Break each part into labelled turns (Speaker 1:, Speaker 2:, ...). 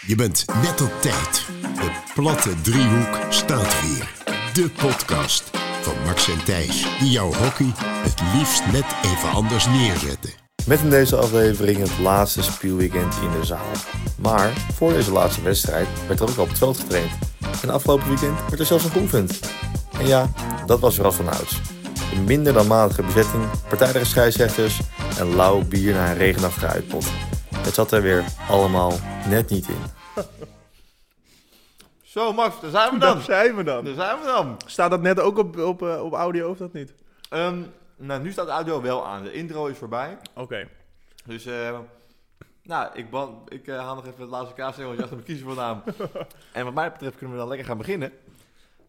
Speaker 1: Je bent net op tijd. De platte driehoek staat weer. De podcast van Max en Thijs, die jouw hockey het liefst net even anders neerzetten.
Speaker 2: Met in deze aflevering het laatste speelweekend in de zaal. Maar voor deze laatste wedstrijd werd er ook al op het veld getraind. En afgelopen weekend werd er zelfs nog geoefend. En ja, dat was weer al van ouds. Een minder dan matige bezetting, partijdige scheidsrechters en lauw bier na een regenachtige uitpot. Het zat er weer allemaal net niet in.
Speaker 3: Zo, Max, daar zijn we dan.
Speaker 4: Daar zijn we dan.
Speaker 3: Daar zijn we dan.
Speaker 4: Staat dat net ook op, op, eh, op audio of dat niet?
Speaker 3: Ehm, nou, nu staat de audio wel aan. De intro is voorbij.
Speaker 4: Oké.
Speaker 3: Dus, eh, nou, ik, ban- ik eh, haal nog even het laatste kaassengeltje achter mijn kiezer vandaan. en wat mij betreft kunnen we dan lekker gaan beginnen.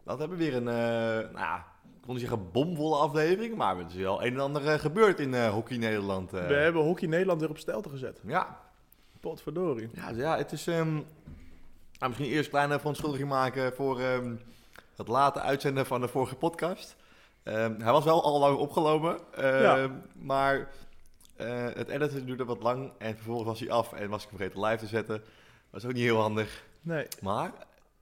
Speaker 3: Dat hebben we weer een, eh, nou ja, ik wil niet zeggen bomvolle aflevering, maar er is wel een en ander eh, gebeurd in eh, Hockey Nederland. eh.
Speaker 4: We hebben Hockey Nederland weer op stelte gezet.
Speaker 3: Ja,
Speaker 4: Potverdorie.
Speaker 3: Ja, ja het is. ehm, nou, misschien eerst een kleine verontschuldiging maken voor ehm, het late uitzenden van de vorige podcast. Ehm, hij was wel al lang opgelopen, ehm,
Speaker 4: Ja.
Speaker 3: maar eh, het editen duurde wat lang en vervolgens was hij af en was ik vergeten live te zetten. Was ook niet heel handig.
Speaker 4: Nee.
Speaker 3: Maar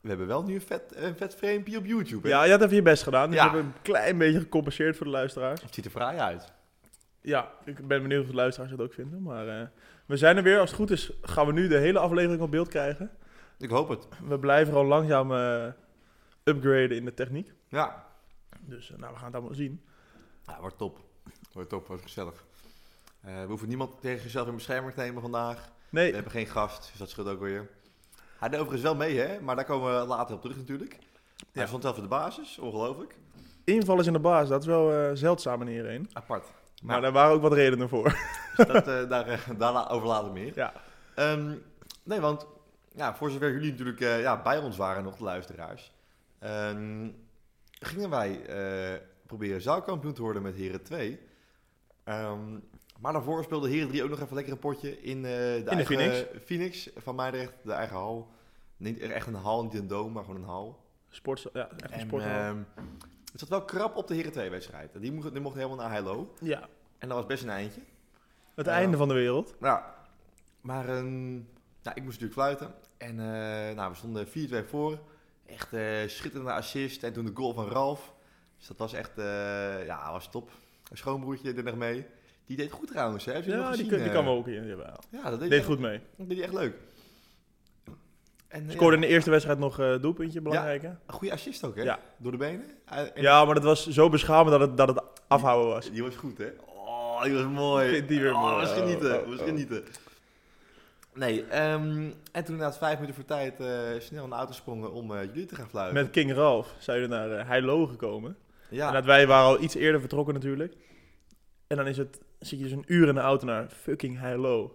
Speaker 3: we hebben wel nu een vet, een vet framepje op YouTube. hè?
Speaker 4: Ja, je had even je best gedaan. Dus
Speaker 3: Ja.
Speaker 4: we hebben een klein beetje gecompenseerd voor de luisteraars.
Speaker 3: Het ziet er fraai uit.
Speaker 4: Ja, ik ben benieuwd of de luisteraars dat ook vinden. Maar eh, we zijn er weer. Als het goed is, gaan we nu de hele aflevering op beeld krijgen.
Speaker 3: Ik hoop het.
Speaker 4: We blijven gewoon langzaam eh, upgraden in de techniek.
Speaker 3: Ja,
Speaker 4: Dus eh, nou, we gaan het allemaal zien.
Speaker 3: ja wordt top. Wordt top, wordt gezellig. Eh, we hoeven niemand tegen zichzelf in bescherming te nemen vandaag.
Speaker 4: Nee,
Speaker 3: We hebben geen gast, dus dat scheelt ook weer. Hij deed overigens wel mee, hè? Maar daar komen we later op terug natuurlijk. Hij
Speaker 4: Ja.
Speaker 3: stond zelf in de basis, ongelooflijk.
Speaker 4: inval is in de baas. Dat is wel eh, zeldzaam in iedereen.
Speaker 3: Apart.
Speaker 4: Maar
Speaker 3: Maar
Speaker 4: daar waren ook wat redenen voor.
Speaker 3: dat, eh, daar, eh, daar la- over later meer.
Speaker 4: ja.
Speaker 3: Ehm, nee, want ja, voor zover jullie natuurlijk eh, ja, bij ons waren nog, de luisteraars... ehm, gingen wij eh, proberen zaalkampioen te worden met Heren 2. Ehm, maar daarvoor speelde Heren 3 ook nog even lekker een potje in eh, de,
Speaker 4: de
Speaker 3: eigen
Speaker 4: Phoenix.
Speaker 3: Phoenix van Meidrecht, de eigen hal. Niet echt een hal, niet een dome, maar gewoon een hal.
Speaker 4: Sport, ja, echt een
Speaker 3: En,
Speaker 4: sporthal.
Speaker 3: ehm, het zat wel krap op de Heren 2 wedstrijd. Die mocht, die mocht helemaal naar Heilo.
Speaker 4: ja,
Speaker 3: En dat was best een eindje.
Speaker 4: het
Speaker 3: Ja.
Speaker 4: einde van de wereld.
Speaker 3: Nou, maar ehm, nou, ik moest natuurlijk fluiten. En eh, nou, we stonden 4-2 voor. Echt eh, schitterende assist. En toen de goal van Ralf. Dus dat was echt, eh, ja, was top. Een schoonbroertje deed nog mee. Die deed goed trouwens, hè? Heb je die
Speaker 4: Ja,
Speaker 3: nog
Speaker 4: die,
Speaker 3: gezien?
Speaker 4: kun- die
Speaker 3: eh?
Speaker 4: kan wel ook in. Jawel.
Speaker 3: Ja, dat deed,
Speaker 4: Deed
Speaker 3: goed.
Speaker 4: goed mee.
Speaker 3: Dat deed hij echt leuk. En, eh,
Speaker 4: Scoorde
Speaker 3: ja,
Speaker 4: in de eerste wedstrijd nog eh doelpuntje, belangrijk hè?
Speaker 3: een goede assist ook, hè?
Speaker 4: Ja.
Speaker 3: Door de benen. Eh, En- en-
Speaker 4: Ja, maar dat was zo beschamend dat het, dat het afhouden was.
Speaker 3: Die was goed, hè? Oh, die was mooi.
Speaker 4: Ik vind die weer mooi.
Speaker 3: Oh, was genieten,
Speaker 4: Oh, oh,
Speaker 3: was
Speaker 4: oh.
Speaker 3: genieten. Nee, ehm, en toen na vijf minuten voor tijd eh, snel in de auto sprongen om eh, jullie te gaan fluiten.
Speaker 4: Met King Ralph zijn we naar eh, Heilo gekomen. En
Speaker 3: ja,
Speaker 4: dat wij waren al iets eerder vertrokken natuurlijk. En dan is het, zit je dus een uur in de auto naar fucking Heilo.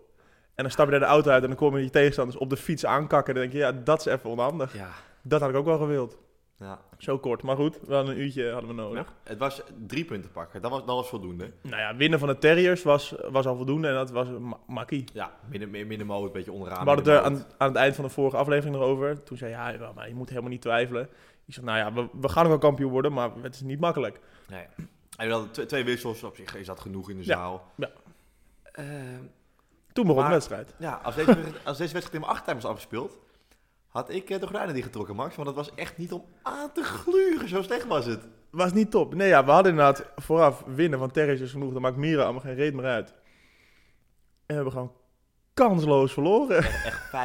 Speaker 4: En dan stap je daar de auto uit en dan komen die tegenstanders op de fiets aankakken. Dan denk je, ja, dat is even onhandig.
Speaker 3: ja,
Speaker 4: Dat had ik ook wel gewild.
Speaker 3: ja.
Speaker 4: Zo kort, maar goed, wel een uurtje hadden we nodig.
Speaker 3: Het was drie punten pakken, dat was, dat was voldoende.
Speaker 4: Nou ja, winnen van de Terriers was, was al voldoende en dat was ma- makkie.
Speaker 3: Ja, midden, midden- middenmoot, een beetje onderaan.
Speaker 4: We hadden het er
Speaker 3: middenmoot.
Speaker 4: aan, aan het eind van de vorige aflevering nog over. Toen zei hij, ja, maar je moet helemaal niet twijfelen. Ik zeg, nou ja, we, we gaan ook wel kampioen worden, maar het is niet makkelijk.
Speaker 3: Nee. En we hadden twee, twee wissels, op zich is dat genoeg in de
Speaker 4: Ja,
Speaker 3: zaal.
Speaker 4: ja.
Speaker 3: Ehm,
Speaker 4: Toen begon
Speaker 3: Maar-
Speaker 4: de wedstrijd.
Speaker 3: ja, als deze, wedstrijd- als deze wedstrijd in mijn achtertuin was afgespeeld, had ik eh, de gordijnen die getrokken, Max. Want dat was echt niet om aan te gluren, zo slecht was het.
Speaker 4: Was niet top. Nee, ja, we hadden inderdaad vooraf winnen van Terriers is genoeg. Dan maakt Mira allemaal geen reet meer uit. En we hebben gewoon kansloos verloren.
Speaker 3: Echt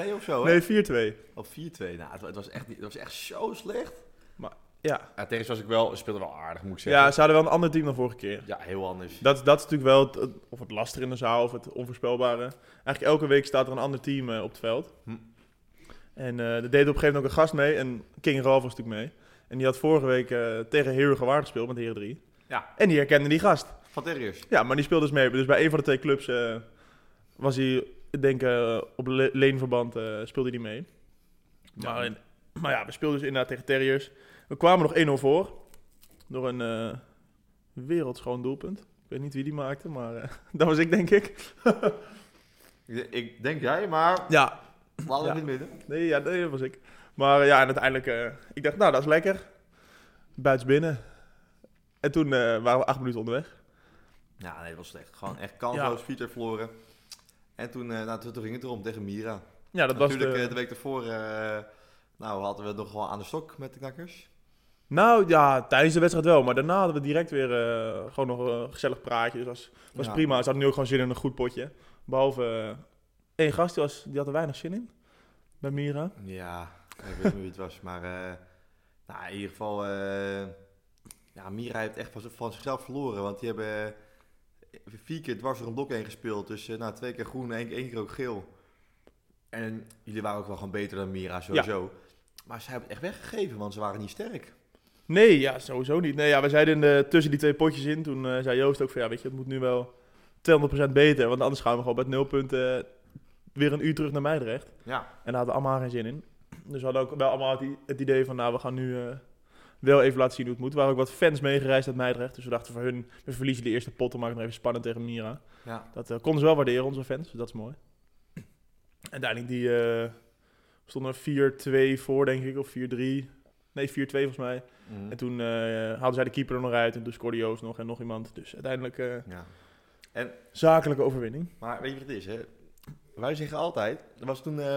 Speaker 3: 5-2 of zo, hè?
Speaker 4: Nee, 4-2.
Speaker 3: Of 4-2. Nou, het, het was echt, niet- het was echt zo slecht.
Speaker 4: Ja.
Speaker 3: Ja, tegen was ik wel, speelde wel aardig, moet ik
Speaker 4: ja, ze hadden wel een ander team dan vorige keer.
Speaker 3: Ja, heel anders.
Speaker 4: Dat, dat is natuurlijk wel het- het, of het lastige in de zaal of het onvoorspelbare. Eigenlijk elke week staat er een ander team eh, op het veld.
Speaker 3: Hm.
Speaker 4: En eh er deed op een gegeven moment ook een gast mee. En King Ralph was natuurlijk mee. En die had vorige week eh, tegen Heerhugowaard Waard gespeeld met Heren 3.
Speaker 3: Ja.
Speaker 4: En die herkende die gast.
Speaker 3: Van Terriers.
Speaker 4: Ja, maar die speelde dus mee. Dus bij een van de twee clubs eh, was hij, ik denk eh, op le- leenverband eh, speelde hij niet mee.
Speaker 3: Ja.
Speaker 4: Maar, in- maar ja, we speelden dus inderdaad tegen Terriers. We kwamen nog 1-0 voor. Door een eh, wereldschoon doelpunt. Ik weet niet wie die maakte, maar eh, dat was ik, denk ik.
Speaker 3: Ik, ik denk jij, maar
Speaker 4: Ja.
Speaker 3: laat
Speaker 4: Ja.
Speaker 3: het in het midden.
Speaker 4: Nee, ja, nee, dat was ik. Maar eh, ja, en uiteindelijk... eh, ik dacht, nou, dat is lekker. Buits binnen. En toen eh, waren we acht minuten onderweg.
Speaker 3: Ja, nee, dat was slecht. Gewoon echt kansloos, 4-2 verloren. En toen, eh nou, toen, toen ging het erom tegen Mira.
Speaker 4: Ja, dat was
Speaker 3: Natuurlijk
Speaker 4: de...
Speaker 3: eh, de week daarvoor eh, nou, hadden we het nog wel aan de stok met de knakkers.
Speaker 4: Nou ja, tijdens de wedstrijd wel. Maar daarna hadden we direct weer eh, gewoon nog een gezellig praatje. Dus dat was, was
Speaker 3: Ja.
Speaker 4: prima. Ze hadden nu ook gewoon zin in een goed potje. Behalve eh, één gast, die, was, die had er weinig zin in. Bij Mira.
Speaker 3: Ja, ik weet niet hoe het was. Maar eh, nou, in ieder geval, eh, ja, Mira heeft echt van, van zichzelf verloren. Want die hebben eh, vier keer dwars door een blok heen gespeeld. Dus eh, nou, twee keer groen en één, één keer ook geel. En jullie waren ook wel gewoon beter dan Mira, sowieso. Maar ze hebben het echt weggegeven, want ze waren niet sterk.
Speaker 4: Nee, ja, sowieso niet. Nee, ja, we zeiden in de, tussen die twee potjes in. Toen eh, zei Joost ook van ja, weet je, het moet nu wel 200% beter. Want anders gaan we gewoon met nul punten weer een uur terug naar Meidrecht.
Speaker 3: Ja,
Speaker 4: En daar hadden we allemaal geen zin in. Dus we hadden ook wel allemaal het i- het idee van, nou, we gaan nu eh, wel even laten zien hoe het moet. Er waren ook wat fans meegereisd uit Meidrecht. Dus we dachten voor hun, we verliezen de eerste pot, dan maken we het nog even spannend tegen Mira.
Speaker 3: ja.
Speaker 4: Dat eh, konden ze wel waarderen, onze fans. Dus dat is mooi. En uiteindelijk die, eh, stonden er 4-2 voor, denk ik, of 4-3. Nee, 4-2 volgens mij.
Speaker 3: Mhm.
Speaker 4: En toen eh, haalden zij de keeper er nog uit en toen scoorde Joost nog en nog iemand. Dus uiteindelijk eh,
Speaker 3: ja.
Speaker 4: zakelijke overwinning.
Speaker 3: Maar weet je wat het is, hè? Wij zeggen altijd, er was toen, eh,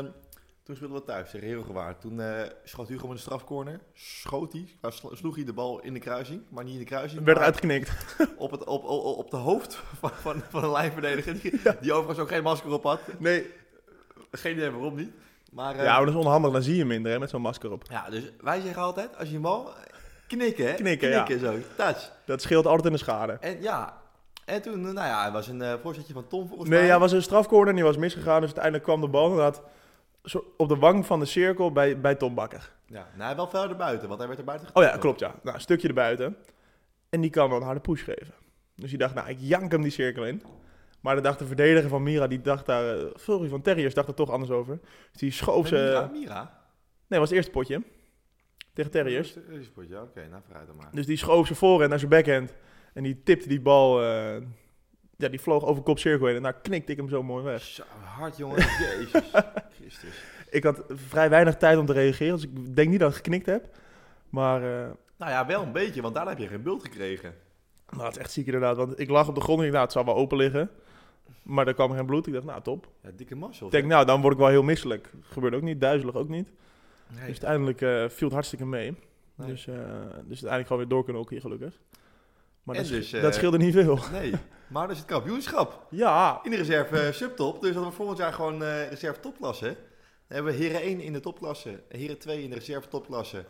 Speaker 3: toen speelden we thuis tegen Heerhugowaard. Toen eh, schoot Hugo met een strafcorner, schoot hij, maar slo- sloeg hij de bal in de kruising, maar niet in de kruising.
Speaker 4: Werd
Speaker 3: maar
Speaker 4: uitgeknikt.
Speaker 3: op, het, op, op, op de hoofd van, van, van een lijnverdediger, die, die overigens ook geen masker op had.
Speaker 4: Nee.
Speaker 3: Geen idee waarom niet. Maar, eh,
Speaker 4: Ja, maar dat is onhandig, dan zie je hem minder hè, met zo'n masker op.
Speaker 3: ja, dus wij zeggen altijd, als je een bal... Knikken, hè?
Speaker 4: Knikken, ja.
Speaker 3: knikken zo. Touch.
Speaker 4: Dat scheelt altijd in de schade.
Speaker 3: En ja, en toen, nou ja, het was een eh, voorzetje van Tom volgens
Speaker 4: Nee,
Speaker 3: mij.
Speaker 4: ja, was een strafcorner en die was misgegaan. Dus uiteindelijk kwam de bal inderdaad zo op de wang van de cirkel bij, bij Tom Bakker.
Speaker 3: ja, nou, hij wel verder buiten, want hij werd er buiten
Speaker 4: Oh ja, klopt ja. Nou, een stukje erbuiten. En die kan wel een harde push geven. Dus die dacht, nou, ik jank hem die cirkel in. Maar dat dacht de verdediger van Mira, die dacht daar... eh, Sorry, van Terriers dacht er toch anders over. Dus die schoof ze...
Speaker 3: Mira,
Speaker 4: Nee,
Speaker 3: Mira.
Speaker 4: dat was het eerste potje. Tegen Terriers.
Speaker 3: Eerst ja, oké, nou vooruit dan maar.
Speaker 4: Dus die schoof zijn voorhand naar zijn backhand. En die tipte die bal... eh, ja, die vloog over kopcirkel heen. En daar knikte ik hem zo mooi weg.
Speaker 3: Zo hard, jongen. Jezus Christus.
Speaker 4: Ik had vrij weinig tijd om te reageren, dus ik denk niet dat ik geknikt heb. Maar, eh
Speaker 3: Nou ja, wel een beetje, want daarna heb je geen bult gekregen.
Speaker 4: maar nou, het is echt ziek inderdaad, want ik lag op de grond en ik dacht, nou, het zal wel open liggen. Maar er kwam geen bloed. Ik dacht, nou top.
Speaker 3: Ja, dikke mazzel.
Speaker 4: Ik denk, nou, dan word ik wel heel misselijk. Gebeurde ook niet, duizelig ook niet.
Speaker 3: Nee.
Speaker 4: Dus uiteindelijk eh, viel het hartstikke mee.
Speaker 3: Nee.
Speaker 4: Dus, eh, dus uiteindelijk gewoon weer door kunnen ook hier gelukkig. Maar
Speaker 3: En
Speaker 4: dat, sche-
Speaker 3: dus, eh,
Speaker 4: dat scheelde niet veel.
Speaker 3: Nee, maar dat is het kampioenschap.
Speaker 4: Ja,
Speaker 3: In de reserve eh, subtop, dus dat we volgend jaar gewoon eh, reserve topklasse. Dan hebben we heren 1 in de topklasse, heren 2 in de reserve topklasse.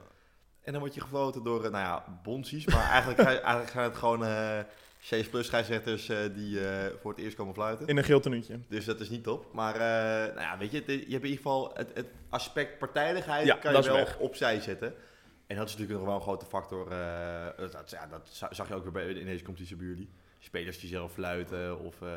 Speaker 3: En dan word je gefloten door, eh, nou ja, bonsies. Maar eigenlijk, eigenlijk zijn het gewoon eh C's plus scheidsrechters eh, die eh, voor het eerst komen fluiten.
Speaker 4: in een geel tenuutje.
Speaker 3: Dus dat is niet top. Maar eh, nou ja, weet je, het- je hebt in ieder geval het, het aspect partijdigheid
Speaker 4: Ja,
Speaker 3: kan je
Speaker 4: dat is
Speaker 3: wel
Speaker 4: weg.
Speaker 3: opzij zetten. En dat is natuurlijk nog wel een grote factor. eh, dat, ja, dat za- zag je ook weer bij, in deze competitie bij jullie. Spelers die zelf fluiten of eh,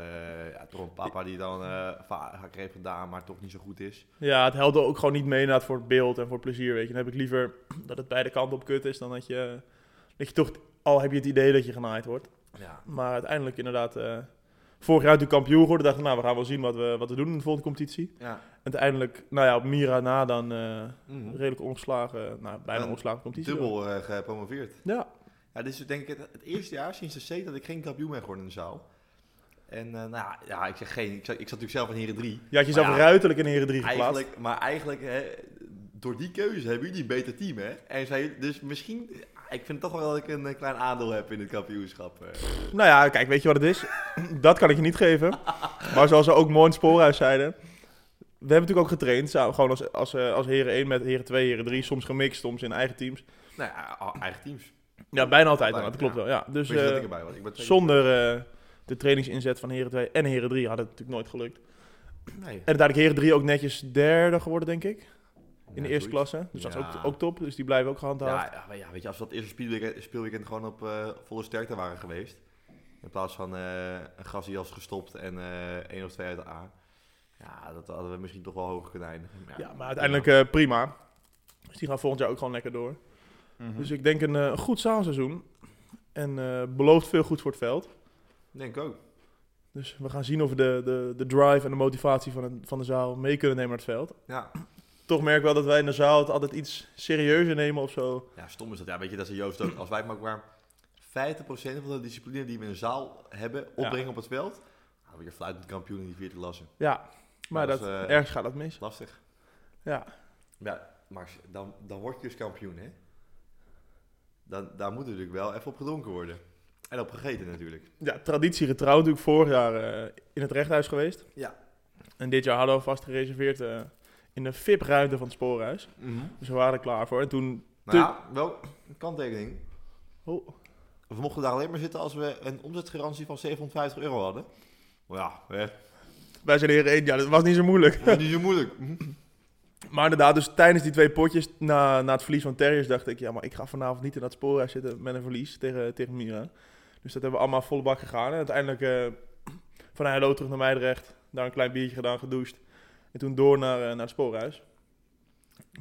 Speaker 3: ja, toch een papa die dan eh vaak heeft gedaan, maar toch niet zo goed is.
Speaker 4: Ja, het helpt ook gewoon niet mee inderdaad voor het beeld en voor het plezier, weet je. Dan heb ik liever dat het beide kanten op kut is dan dat je... Dat je toch, al heb je het idee dat je genaaid wordt.
Speaker 3: Ja,
Speaker 4: Maar uiteindelijk inderdaad... eh, vorig jaar toen kampioen geworden, dachten we, nou, we gaan wel zien wat we, wat we doen in de volgende competitie.
Speaker 3: ja.
Speaker 4: En uiteindelijk, nou ja, op Mira na dan eh,
Speaker 3: Mhm.
Speaker 4: redelijk ongeslagen, nou, bijna
Speaker 3: Een
Speaker 4: ongeslagen competitie.
Speaker 3: Dubbel eh, gepromoveerd.
Speaker 4: Ja,
Speaker 3: Ja, dit is denk ik het, het eerste jaar sinds de C dat ik geen kampioen ben geworden in de zaal. En eh, nou ja, ja, ik zeg geen. Ik zat, ik zat natuurlijk zelf in heren 3.
Speaker 4: je had jezelf
Speaker 3: Maar ja,
Speaker 4: ruiterlijk in Heren 3 geplaatst.
Speaker 3: Eigenlijk, maar eigenlijk, hè, door die keuze hebben jullie een beter team, hè? En zij, dus misschien, ik vind toch wel dat ik een eh, klein aandeel heb in het kampioenschap. eh.
Speaker 4: Nou ja, kijk, weet je wat het is? dat kan ik je niet geven. Maar zoals we ook mooi in het spoorhuis zeiden. We hebben natuurlijk ook getraind, samen, gewoon als, als, eh, als heren 1 met heren 2, heren 3. Soms gemixt, soms in eigen teams.
Speaker 3: nou ja, a- eigen teams.
Speaker 4: Ja, bijna altijd,
Speaker 3: Bijna,
Speaker 4: inderdaad, dat klopt
Speaker 3: ja.
Speaker 4: wel. Ja. Dus
Speaker 3: Weet je dat
Speaker 4: eh,
Speaker 3: ik erbij was? Ik ben twee
Speaker 4: zonder eh, de trainingsinzet van heren 2 en heren 3 had het natuurlijk nooit gelukt.
Speaker 3: keer- Nee.
Speaker 4: En uiteindelijk heren 3 ook netjes derde geworden, denk ik.
Speaker 3: Ja,
Speaker 4: In de eerste
Speaker 3: zoiets.
Speaker 4: klasse. Dus dat is
Speaker 3: Ja.
Speaker 4: ook, ook top. Dus die blijven ook gehandhaafd.
Speaker 3: Ja, ja, maar ja, weet je, als we dat eerste speelweekend, speelweekend gewoon op eh, volle sterkte waren geweest. In plaats van eh, een gast die was gestopt en eh, één of twee uit de A. Ja, dat hadden we misschien toch wel hoger kunnen eindigen.
Speaker 4: Ja, maar uiteindelijk eh, prima. Dus die gaan volgend jaar ook gewoon lekker door.
Speaker 3: Mhm.
Speaker 4: Dus ik denk een eh, goed zaalseizoen. En eh, belooft veel goed voor het veld.
Speaker 3: Denk ik ook.
Speaker 4: Dus we gaan zien of we de, de, de drive en de motivatie van, het- van de zaal mee kunnen nemen naar het veld.
Speaker 3: Ja.
Speaker 4: Toch merk ik wel dat wij in de zaal het altijd iets serieuzer nemen of zo.
Speaker 3: Ja, stom is dat. Ja, weet je, dat is Joost ook. Als wij maar maar 50% van de discipline die we in de zaal hebben opbrengen op het veld, dan word je fluitend kampioen in die vierde klasse.
Speaker 4: Ja, maar
Speaker 3: Ja, dat
Speaker 4: dat
Speaker 3: is, eh,
Speaker 4: ergens gaat dat mis.
Speaker 3: Lastig.
Speaker 4: Ja.
Speaker 3: Ja, Max, dan, dan word je dus kampioen, hè? Dan, daar moet natuurlijk wel even op gedronken worden. En op gegeten natuurlijk.
Speaker 4: ja, traditiegetrouw natuurlijk vorig jaar eh, in het rechthuis geweest.
Speaker 3: Ja.
Speaker 4: En dit jaar hadden we vast gereserveerd eh, in de VIP-ruimte van het spoorhuis. Dus we waren er klaar voor. En toen...
Speaker 3: Maar ja, wel een kanttekening.
Speaker 4: Oh,
Speaker 3: We mochten daar alleen maar zitten als we een omzetgarantie van 750 euro hadden. Maar ja, hè,
Speaker 4: wij zijn heren één. Ja, dat was niet zo moeilijk.
Speaker 3: dat is niet zo moeilijk.
Speaker 4: Maar inderdaad, dus tijdens die twee potjes na, na het verlies van Terriers dacht ik... Ja, maar ik ga vanavond niet in dat spoorhuis zitten met een verlies tegen, tegen Mira. Dus dat hebben we allemaal volle bak gegaan. En uiteindelijk eh, van Heilo terug naar Meidrecht. Daar een klein biertje gedaan, gedoucht. En toen door naar, eh, naar het spoorhuis.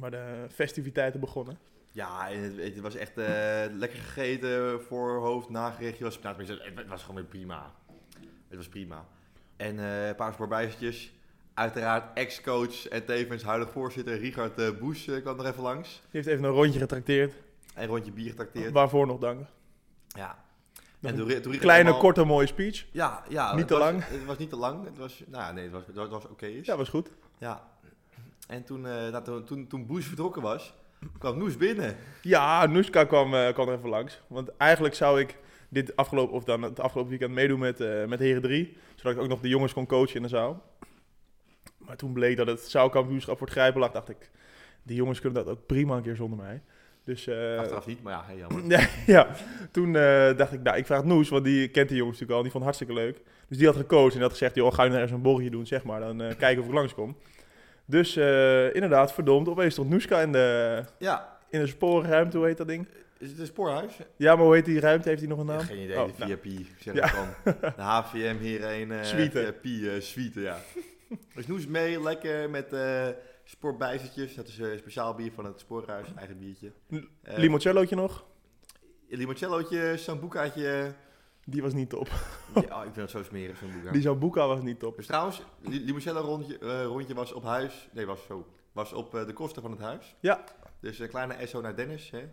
Speaker 4: Maar de festiviteiten begonnen.
Speaker 3: Ja, en het, het was echt eh, lekker gegeten, voorhoofd, nagerechtje. Was, nou, tenminste, het, het was gewoon weer prima. Het was prima. En eh, een paar voorbijzetjes. Uiteraard ex-coach en tevens huidig voorzitter Richard eh, Boes eh, kwam er even langs.
Speaker 4: Die heeft even een rondje getrakteerd.
Speaker 3: Een rondje bier getrakteerd.
Speaker 4: Waarvoor nog dank.
Speaker 3: Ja.
Speaker 4: Nog een
Speaker 3: toen- toen Richard
Speaker 4: Kleine,
Speaker 3: helemaal-
Speaker 4: korte, mooie speech.
Speaker 3: Ja, ja.
Speaker 4: Niet
Speaker 3: het
Speaker 4: te
Speaker 3: was-
Speaker 4: lang.
Speaker 3: Het was niet te lang. Het was, nou, ja, nee, het was, het was oké. is.
Speaker 4: Ja, was goed.
Speaker 3: Ja. En toen, eh, nou, toen, toen, toen Bush vertrokken was, kwam Noes binnen.
Speaker 4: Ja, Noeska kwam, eh, kwam er even langs. Want eigenlijk zou ik dit afgelopen, of dan het afgelopen weekend meedoen met, eh, met Heren 3. Zodat ik ook nog de jongens kon coachen in de zaal. Maar toen bleek dat het zaalkampioenschap voor het grijpen lag, dacht ik... Die jongens kunnen dat ook prima een keer zonder mij. Dus eh,
Speaker 3: Achteraf niet, maar ja, heel jammer.
Speaker 4: Ja, ja. toen eh, dacht ik, nou, ik vraag Noes, want die kent die jongens natuurlijk al. en Die vond het hartstikke leuk. Dus die had gekozen en had gezegd, joh, ga je nou ergens een borrelje doen, zeg maar. Dan eh, kijken of ik langskom. Dus eh, inderdaad, verdomd, opeens stond Noeska in de,
Speaker 3: Ja,
Speaker 4: in de sporenruimte, hoe heet dat ding?
Speaker 3: is het een spoorhuis?
Speaker 4: Ja, maar hoe heet die ruimte? Heeft hij nog een naam?
Speaker 3: Geen idee,
Speaker 4: Oh,
Speaker 3: de
Speaker 4: nou,
Speaker 3: VIP, zeg
Speaker 4: Ja.
Speaker 3: ik dan. De HVM hierheen, eh
Speaker 4: Suite.
Speaker 3: VIP eh, suite, ja. Dus Noes mee, lekker met eh spoorbijzertjes. Dat is eh, speciaal bier van het spoorhuis, eigen biertje.
Speaker 4: L-
Speaker 3: Eh,
Speaker 4: Limoncellootje nog?
Speaker 3: Limoncellootje, sambucaatje.
Speaker 4: Die was niet top.
Speaker 3: Ja, oh, ik vind het zo smerig, sambuca.
Speaker 4: Die Zambuca was niet top.
Speaker 3: Dus trouwens, Li- Limoncello rondje, eh, rondje was op huis. Nee, was zo. Was op eh, de kosten van het huis.
Speaker 4: Ja.
Speaker 3: Dus een kleine SO naar Dennis. Hè.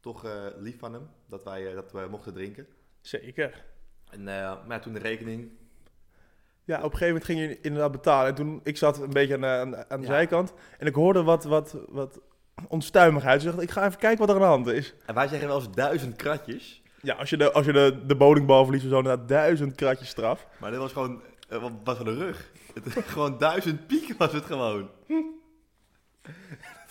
Speaker 3: Toch eh, lief van hem dat wij eh, dat we mochten drinken.
Speaker 4: Zeker.
Speaker 3: En eh, maar toen de rekening.
Speaker 4: Ja, op een gegeven moment ging je inderdaad betalen. En toen, ik zat een beetje aan de, aan de- aan de
Speaker 3: Ja.
Speaker 4: zijkant. En ik hoorde wat, wat, wat onstuimigheid. Dus ik dacht, ik ga even kijken wat er aan de hand is.
Speaker 3: En wij zeggen wel eens duizend kratjes.
Speaker 4: Ja, als je de, als je de, de bowlingbal verliest of zo, inderdaad duizend kratjes straf.
Speaker 3: Maar dit was gewoon. eh, wat was er de rug? Het, gewoon duizend piek was het gewoon.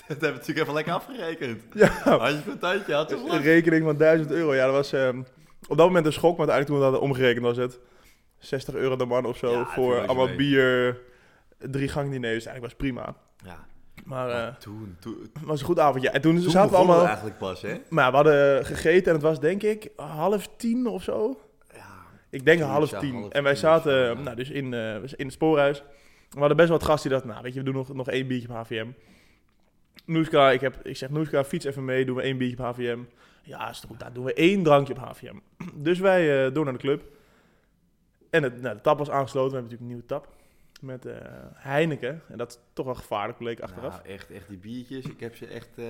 Speaker 3: dat hebben we natuurlijk even lekker afgerekend.
Speaker 4: Ja,
Speaker 3: Had je een tijdje had je
Speaker 4: een rekening van duizend euro. Ja, dat was ehm, op dat moment een schok, maar uiteindelijk toen we dat hadden omgerekend was het 60 euro de man of zo
Speaker 3: Ja, het viel
Speaker 4: voor
Speaker 3: wel
Speaker 4: allemaal
Speaker 3: mee.
Speaker 4: bier, drie gang diner. Dus eigenlijk was het prima.
Speaker 3: Ja,
Speaker 4: Maar
Speaker 3: maar
Speaker 4: eh
Speaker 3: toen, toen,
Speaker 4: het was een goed avondje. En toen,
Speaker 3: toen
Speaker 4: zaten we
Speaker 3: begonnen we
Speaker 4: allemaal...
Speaker 3: eigenlijk pas, hè?
Speaker 4: Maar ja, we hadden gegeten en het was denk ik half tien of zo.
Speaker 3: Ja,
Speaker 4: Ik denk
Speaker 3: Zoiets,
Speaker 4: half
Speaker 3: ja,
Speaker 4: tien.
Speaker 3: half
Speaker 4: en wij
Speaker 3: tien of zo,
Speaker 4: zaten
Speaker 3: ja.
Speaker 4: nou, dus in, eh, in het spoorhuis. We hadden best wel wat gasten die dachten, nou weet je, we doen nog, nog één biertje op HVM. Noeska, ik, heb, ik zeg Noeska, fiets even mee, doen we één biertje op HVM. Ja, is goed, daar doen we één drankje op HVM. Dus wij eh, door naar de club. En het, nou, de tap was aangesloten, we hebben natuurlijk een nieuwe tap. Met eh, Heineken. En dat is toch wel gevaarlijk, bleek achteraf.
Speaker 3: Nou, echt, echt die biertjes. Ik heb ze echt... eh,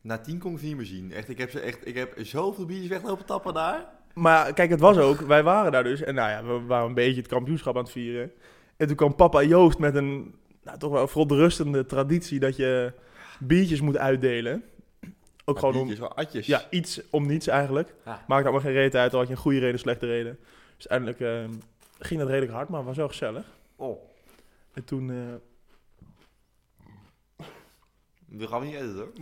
Speaker 3: na tien kon ik ze niet meer zien. Echt, ik heb, ze echt, ik heb zoveel biertjes weglopen tappen daar.
Speaker 4: Maar kijk, het was ook, wij waren daar dus. En nou ja, we waren een beetje het kampioenschap aan het vieren. En toen kwam papa Joost met een nou, toch wel verontrustende traditie dat je biertjes moet uitdelen. Ook
Speaker 3: Maar
Speaker 4: gewoon
Speaker 3: biertjes, gewoon atjes.
Speaker 4: om, ja, iets om niets eigenlijk.
Speaker 3: Ja.
Speaker 4: Maakt allemaal geen reet uit, al had je een goede reden, een slechte reden. Dus uiteindelijk eh, ging dat redelijk hard, maar het was wel gezellig.
Speaker 3: Oh,
Speaker 4: En toen, eh,
Speaker 3: dat gaan we niet eten hoor.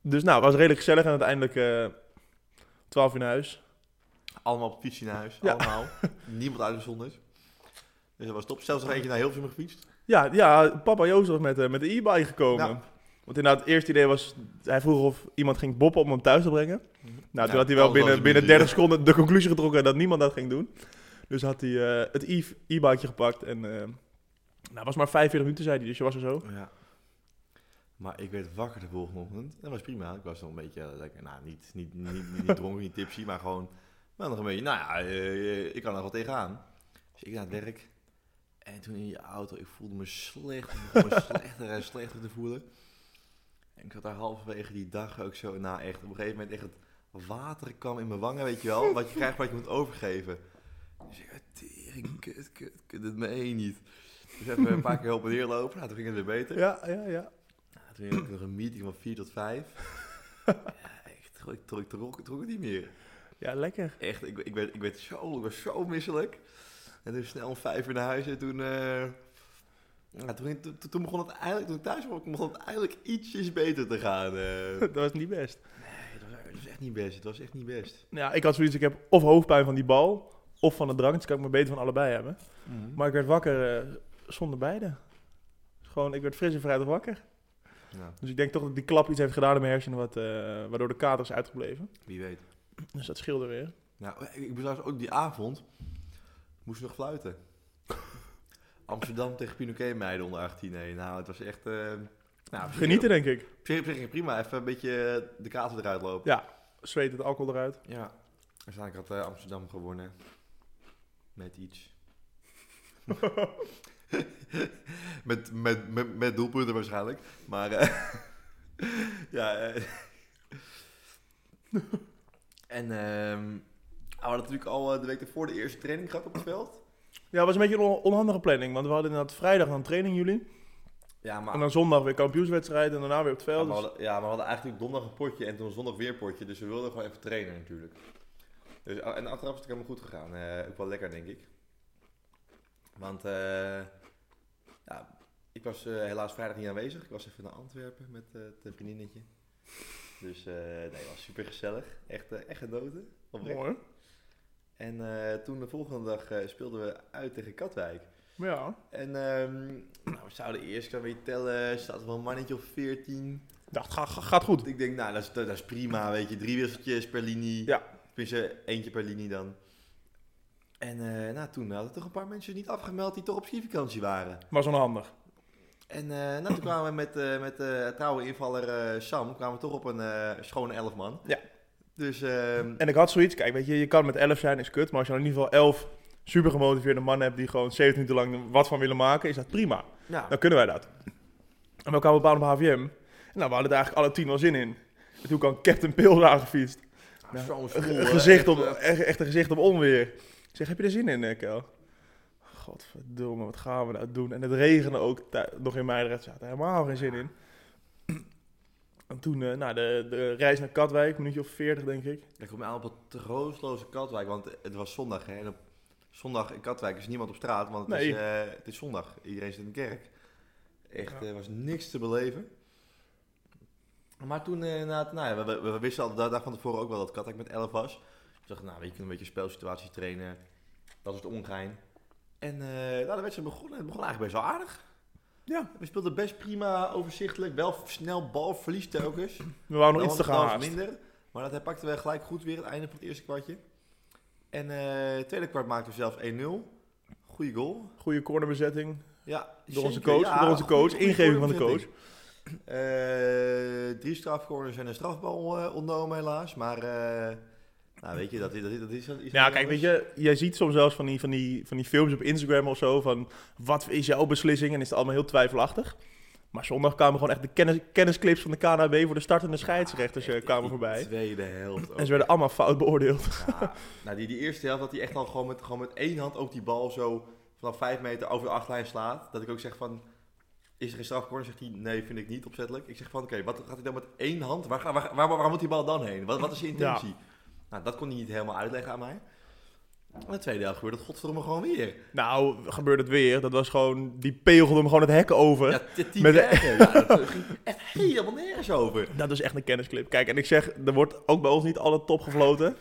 Speaker 4: dus nou, het was redelijk gezellig en uiteindelijk eh 12 uur naar huis.
Speaker 3: Allemaal op fiets naar huis.
Speaker 4: Ja.
Speaker 3: Allemaal. Niemand uitgezonderd. Dus dat was top. Zelfs nog eentje naar Hilversum gefietst.
Speaker 4: Ja, ja papa Joost was met, eh, met de e-bike gekomen.
Speaker 3: Ja.
Speaker 4: Want inderdaad, het eerste idee was... Hij vroeg of iemand ging boppen om hem thuis te brengen. Nou, toen
Speaker 3: Ja,
Speaker 4: had hij
Speaker 3: alles
Speaker 4: wel
Speaker 3: was
Speaker 4: binnen,
Speaker 3: een
Speaker 4: binnen
Speaker 3: beetje-
Speaker 4: 30 seconden de conclusie getrokken dat niemand dat ging doen. Dus had hij eh, het e- e-bikeje gepakt en... eh, nou, het was maar 45 minuten, zei hij, dus je was er zo.
Speaker 3: Ja. Maar ik werd wakker de volgende ochtend. Dat was prima. Ik was nog een beetje eh, lekker, nou niet, niet, niet, niet, niet dronken, niet tipsy, maar gewoon wel nog een beetje, nou ja, eh, ik kan er wel tegenaan. Dus ik naar het werk. En toen in je auto, ik voelde me slecht. Ik begon me slechter en slechter te voelen. En ik zat daar halverwege die dag ook zo, nou echt, op een gegeven moment echt het water kwam in mijn wangen, weet je wel. Wat "Oh, je krijgt, wat je moet overgeven. Dus ik, tering, kut, kut, kut, dit meen je niet. Dus even een paar keer helpen en neer lopen. Nou, toen ging het weer beter.
Speaker 4: Ja, ja, ja.
Speaker 3: Ja, toen had ik nog een meeting van 4 tot 5. ja, ik trok, ik trok, ik trok, ik trok het niet meer.
Speaker 4: Ja, lekker.
Speaker 3: Echt, ik, ik, werd, ik, werd zo, ik was zo misselijk. En toen snel om vijf uur naar huis. En toen, eh, ja, toen, toen, toen begon het eigenlijk, toen ik thuis kwam, begon het eigenlijk ietsjes beter te gaan. eh.
Speaker 4: Dat was niet best.
Speaker 3: Nee, dat was, dat was echt niet best. Het was echt niet best.
Speaker 4: Nou Ja, ik had zoiets, ik heb of hoofdpijn van die bal, of van de drank. Dus kan ik me beter van allebei hebben. Maar ik werd wakker eh, zonder beide. Dus gewoon, ik werd fris en vrijdag wakker.
Speaker 3: Nou,
Speaker 4: Dus ik denk toch dat die klap iets heeft gedaan in mijn hersenen, wat, eh, waardoor de kater is uitgebleven.
Speaker 3: wie weet.
Speaker 4: Dus dat scheelde weer.
Speaker 3: Nou, ik ik trouwens ook die avond moest nog fluiten. Amsterdam tegen Pinoquet meiden onder 18. Nee, nou, het was echt... eh, nou, op zich-
Speaker 4: Genieten, denk ik.
Speaker 3: Op zich, op zich ging prima. Even een beetje eh, de kater eruit lopen.
Speaker 4: Ja, zweet het alcohol eruit.
Speaker 3: Ja, waarschijnlijk had eh, Amsterdam gewonnen. Met iets. met, met, met, met doelpunten waarschijnlijk. Maar eh, ja. eh. en ehm, we hadden natuurlijk al eh, de week ervoor de eerste training gehad op het veld.
Speaker 4: Ja, het was een beetje een on- onhandige planning, want we hadden inderdaad vrijdag dan training jullie.
Speaker 3: Ja, maar,
Speaker 4: En dan zondag weer kampioenswedstrijd en daarna weer op het
Speaker 3: ja, maar
Speaker 4: veld.
Speaker 3: we
Speaker 4: Dus-
Speaker 3: hadden, ja, maar we hadden eigenlijk donderdag een potje en toen zondag weer een potje. Dus we wilden gewoon even trainen natuurlijk. Dus, ah, en achteraf is het helemaal goed gegaan. Eh, ook wel lekker, denk ik. Want eh, ja, ik was eh, helaas vrijdag niet aanwezig. Ik was even naar Antwerpen met eh, het vriendinnetje. Dus eh, nee, het was super gezellig. Echt, eh, echt genoten. Oprecht.
Speaker 4: Mooi.
Speaker 3: En eh, toen de volgende dag eh, speelden we uit tegen Katwijk.
Speaker 4: Maar ja,
Speaker 3: En ehm, nou, we zouden eerst gaan weer tellen. Staat er wel een mannetje of 14.
Speaker 4: ik dacht, ga, ga- gaat goed.
Speaker 3: Ik denk, nou, dat is, dat is prima, weet je. Drie wisseltjes per linie.
Speaker 4: Ja.
Speaker 3: Tenminste, eentje per linie dan. En eh, nou, toen hadden toch een paar mensen niet afgemeld die toch op skivakantie waren.
Speaker 4: Was onhandig.
Speaker 3: En eh, nou, toen kwamen we met, eh, met eh, trouwe invaller eh, Sam, kwamen we toch op een eh, schone elf man.
Speaker 4: Ja.
Speaker 3: Dus, ehm,
Speaker 4: En ik had zoiets, kijk, weet je, je kan met 11 zijn, is kut. Maar als je dan in ieder geval 11 super gemotiveerde mannen hebt die gewoon 17 minuten lang wat van willen maken, is dat prima.
Speaker 3: nou,
Speaker 4: Dan kunnen wij dat. En we kwamen op aan op HVM. En nou, we hadden er eigenlijk alle 10 wel zin in. En toen kwam Captain Pils aangefietst. nou,
Speaker 3: zo'n
Speaker 4: Een
Speaker 3: smoel,
Speaker 4: ge-
Speaker 3: hè.
Speaker 4: gezicht op,
Speaker 3: Echt, eh,
Speaker 4: echt, echt een gezicht op onweer. Ik zeg, heb je er zin in, eh, Kel? Godverdomme, wat gaan we nou doen? En het regende ook thu- nog in Meidrecht. Er zat helemaal geen zin in. En toen, eh nou, de, de reis naar Katwijk, een minuutje of 40 denk ik.
Speaker 3: Ik kom aan op een troostloze Katwijk, want het was zondag, hè. En op zondag in Katwijk is niemand op straat, want het,
Speaker 4: Nee.
Speaker 3: is, eh, het is zondag. Iedereen zit in de kerk. Echt,
Speaker 4: Ja.
Speaker 3: er was niks te beleven. Maar toen, eh, inderdaad, nou ja, we, we, we wisten al de dag van tevoren ook wel dat Katwijk met 11 was. Ik dacht, nou, weet je, je kunt een beetje spelsituaties trainen. Dat is het ongein. En eh, nou, de wedstrijd begon, en het begon eigenlijk best wel aardig.
Speaker 4: Ja.
Speaker 3: We speelden best prima, overzichtelijk, wel snel balverlies telkens.
Speaker 4: We waren nog
Speaker 3: Dan
Speaker 4: iets te
Speaker 3: was het
Speaker 4: gaan.
Speaker 3: trouwens minder. Maar dat hij pakte wel gelijk goed weer het einde van het eerste kwartje. En eh tweede kwart maakten we zelfs 1-0. Goeie goal.
Speaker 4: Goede cornerbezetting
Speaker 3: Ja,
Speaker 4: door onze
Speaker 3: zeker,
Speaker 4: coach.
Speaker 3: ja,
Speaker 4: door onze
Speaker 3: goeie-
Speaker 4: coach.
Speaker 3: goeie
Speaker 4: Ingeving van de coach.
Speaker 3: voorbezetting. Eh, drie strafcorners en een strafbal eh, ontnomen helaas. Maar eh, nou, weet je, dat, is- dat, is- dat is... dat is
Speaker 4: Ja,
Speaker 3: niet
Speaker 4: kijk, weet
Speaker 3: anders.
Speaker 4: je, jij ziet soms zelfs van die, van, die, van die films op Instagram of zo van wat is jouw beslissing en is het allemaal heel twijfelachtig. Maar zondag kwamen gewoon echt de kennis, kennisclips van de KNHB voor de startende scheidsrechters eh,
Speaker 3: Ah, Echt,
Speaker 4: kwamen
Speaker 3: die
Speaker 4: voorbij.
Speaker 3: Tweede helft.
Speaker 4: En ze werden allemaal fout beoordeeld.
Speaker 3: Ja, nou, die, die eerste helft dat hij echt al gewoon met, gewoon met één hand ook die bal zo vanaf vijf meter over de achterlijn slaat. Dat ik ook zeg van, is er geen strafcorner? Zegt hij, nee, vind ik niet opzettelijk. Ik zeg van, oké, wat gaat hij dan met één hand? Waar, ga- waar, waar, waar, waar moet die bal dan heen? Wat, wat is zijn intentie? Nou, dat kon hij niet helemaal uitleggen aan mij. En de tweede helft gebeurde dat godverdomme gewoon weer.
Speaker 4: Nou, gebeurde het weer. Dat was gewoon, die pegelde hem gewoon het hek over.
Speaker 3: Ja, t- tien
Speaker 4: Met de-
Speaker 3: keer. Ja, dat eh, ging echt helemaal nergens over.
Speaker 4: Dat is echt een kennisclip. Kijk, en ik zeg, er wordt ook bij ons niet alle top gefloten.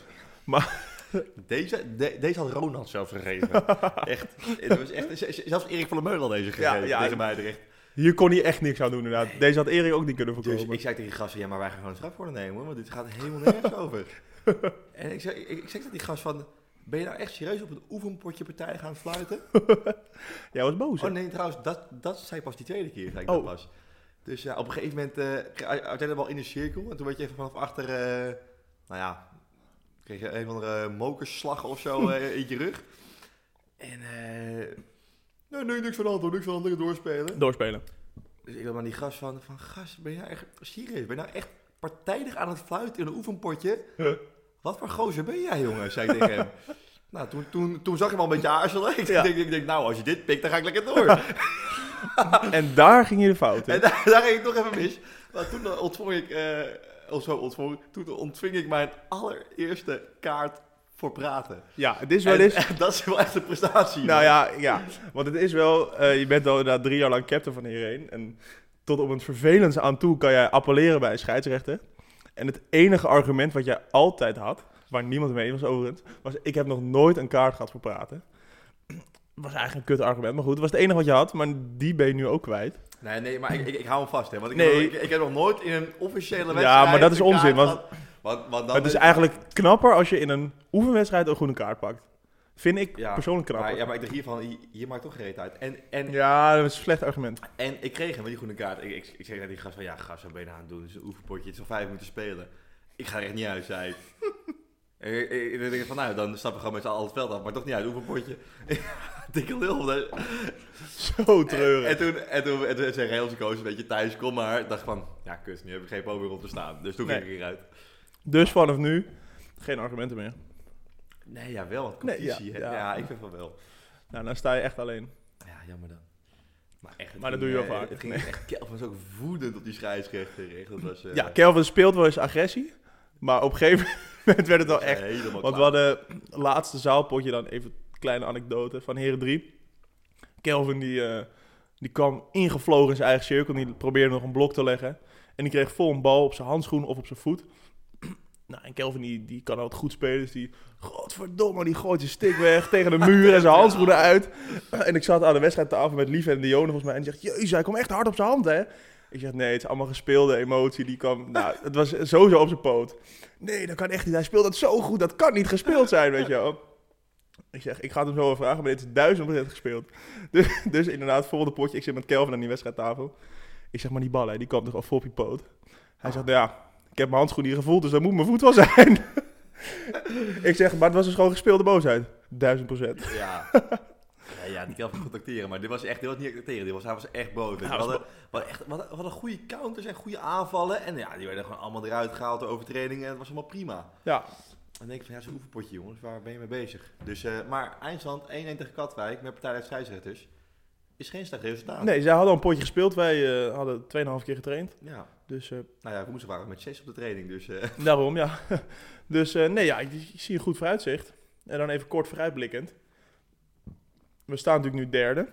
Speaker 3: Deze, de- deze had Ronald zelf gegeven. echt, het was echt, z- z- zelfs Erik van der Meulen had deze
Speaker 4: Ja,
Speaker 3: gegeven,
Speaker 4: ja.
Speaker 3: deze meiden echt.
Speaker 4: Hier kon hij echt niks aan doen inderdaad. Deze had Erik ook niet kunnen
Speaker 3: Dus
Speaker 4: voorkomen.
Speaker 3: ik zei tegen die gasten, ja, maar wij gaan gewoon een straf voor nemen, hoor, want dit gaat helemaal nergens over. En ik zei, ik, ik zei tegen die gast van, ben je nou echt serieus op een oefenpotje partij gaan fluiten?
Speaker 4: Jij was boos. hè?
Speaker 3: Oh nee, trouwens, dat, dat zei ik pas die tweede keer, zei ik
Speaker 4: Oh.
Speaker 3: dat pas. Dus ja, op een gegeven moment eh kreeg- had jij de bal in een cirkel en toen werd je even vanaf achter, eh, nou ja, kreeg je een van de mokerslag of zo eh, in je rug. En eh nee, nee, niks van de hand hoor, niks van de hand, lekker doorspelen.
Speaker 4: Doorspelen.
Speaker 3: Dus ik dacht aan die gast van, van gast, ben je nou echt serieus? Ben je nou echt partijdig aan het fluiten in een oefenpotje? Wat voor gozer ben jij, jongen? zei ik tegen hem. Nou, toen, toen, toen zag je hem al een beetje aarzelen. Ik
Speaker 4: Ja.
Speaker 3: denk, ik denk, nou, als je dit pikt, dan ga ik lekker door.
Speaker 4: En daar ging je de fout in.
Speaker 3: En daar, daar ging ik nog even mis. Maar toen eh, ontving ik, eh, of zo ontving, toen ontving ik mijn allereerste kaart voor praten.
Speaker 4: Ja, het is wel eens...
Speaker 3: En, en dat is wel echt een prestatie.
Speaker 4: Nou ja, ja. Want het is wel... eh, je bent al inderdaad drie jaar lang captain van iedereen. En tot op het vervelendste aan toe kan jij appelleren bij een scheidsrechter. En het enige argument wat jij altijd had... Waar niemand mee was overigens... Was ik heb nog nooit een kaart gehad voor praten. Was eigenlijk een kut argument. Maar goed, het was het enige wat je had. Maar die ben je nu ook kwijt.
Speaker 3: Nee, nee, maar ik, ik, ik hou hem vast, hè. Want ik,
Speaker 4: Nee.
Speaker 3: ik, ik heb nog nooit in een officiële
Speaker 4: Ja,
Speaker 3: wedstrijd...
Speaker 4: maar dat is
Speaker 3: een kaart
Speaker 4: onzin, want-
Speaker 3: gehad. want, want dan
Speaker 4: Maar het is
Speaker 3: weet-
Speaker 4: eigenlijk knapper als je in een oefenwedstrijd een groene kaart pakt. Vind ik
Speaker 3: Ja,
Speaker 4: persoonlijk
Speaker 3: Maar,
Speaker 4: knapper.
Speaker 3: ja, maar ik dacht hiervan, hier, hier maakt toch gereed uit. En, en,
Speaker 4: Ja, dat is een slecht argument.
Speaker 3: en ik kreeg hem, die groene kaart. Ik, ik, ik zei naar die gast van, ja, gast, wat ben je nou aan het doen? Het is een oefenpotje, het is al vijf minuten spelen. Ik ga er echt niet uit, zei ik. En ik- ik- ik denk van, nou, dan stappen we gewoon met z'n allen het veld af. Maar toch niet uit, oefenpotje. Dikke lul. hè.
Speaker 4: Zo treurig.
Speaker 3: En toen, en toen, en toen zei Reelse coach, weet je, thuis, kom maar. Ik dacht van, ja, kut, nu heb ik geen poging om te staan. Dus toen ging
Speaker 4: Nee.
Speaker 3: ik eruit.
Speaker 4: Dus vanaf nu geen argumenten meer.
Speaker 3: Nee, ja, wel, want
Speaker 4: Nee, ja,
Speaker 3: competitie, hè. ja,
Speaker 4: ja.
Speaker 3: ik vind van wel.
Speaker 4: Nou, dan sta je echt alleen.
Speaker 3: Ja, jammer dan. Maar, echt, het
Speaker 4: Maar dat
Speaker 3: ging,
Speaker 4: doe je wel
Speaker 3: eh,
Speaker 4: vaak.
Speaker 3: Het ging echt, Kelvin was ook woedend op die scheidsrechter. echt. Dat was, eh,
Speaker 4: Ja, Kelvin speelt wel eens agressie. Maar op een gegeven moment werd het wel echt.
Speaker 3: Helemaal
Speaker 4: Want
Speaker 3: klaar.
Speaker 4: we hadden laatste zaalpotje dan even een kleine anekdote van Heren 3. Kelvin die, eh, die kwam ingevlogen in zijn eigen cirkel. en Die probeerde nog een blok te leggen. En die kreeg vol een bal op zijn handschoen of op zijn voet. Nou, en Kelvin die, die kan altijd goed spelen. Dus die, godverdomme, die gooit zijn stick weg tegen de muur en zijn handschoenen uit. En ik zat aan de wedstrijdtafel met Lieve en Dione volgens mij. En die zegt, jezus, hij komt echt hard op zijn hand, hè. Ik zeg, nee, het is allemaal gespeelde emotie. Die kwam, nou, het was sowieso op zijn poot. Nee, dat kan echt niet. Hij speelt dat zo goed. Dat kan niet gespeeld zijn, weet je wel. Ik zeg, ik ga het hem zo wel vragen, maar dit is duizend procent gespeeld. Dus, dus inderdaad, volgende potje. Ik zit met Kelvin aan die wedstrijdtafel. Ik zeg, maar die bal, hè, die kwam toch al vol op je poot. Hij zegt, nou ja, ik heb mijn handschoen hier gevoeld, dus dat moet mijn voet wel zijn. ik zeg, maar het was dus gewoon gespeelde boosheid. Duizend procent.
Speaker 3: Ja. ja, ja, die Kelvin goed acteren, maar dit was echt, dit was niet acteren, dit was, hij was echt boos. weet je.
Speaker 4: Hij
Speaker 3: we
Speaker 4: was
Speaker 3: hadden, we hadden echt, we hadden, we hadden goede counters en goede aanvallen en ja, die werden gewoon allemaal eruit gehaald door overtredingen en het was allemaal prima.
Speaker 4: Ja,
Speaker 3: En dan denk ik van, ja, zo'n oefenpotje jongens, waar ben je mee bezig? Dus, eh, maar eindstand 1-1 tegen Katwijk met partij uit scheidsrechters is geen slecht resultaat.
Speaker 4: nee, zij hadden al een potje gespeeld. Wij eh, hadden 2,5 keer getraind.
Speaker 3: Ja,
Speaker 4: Dus eh,
Speaker 3: nou ja, woensdag waren we met 6 op de training, dus... eh,
Speaker 4: Daarom, ja. Dus eh, nee, ja, ik, ik zie een goed vooruitzicht. En dan even kort vooruitblikkend. We staan natuurlijk nu derde.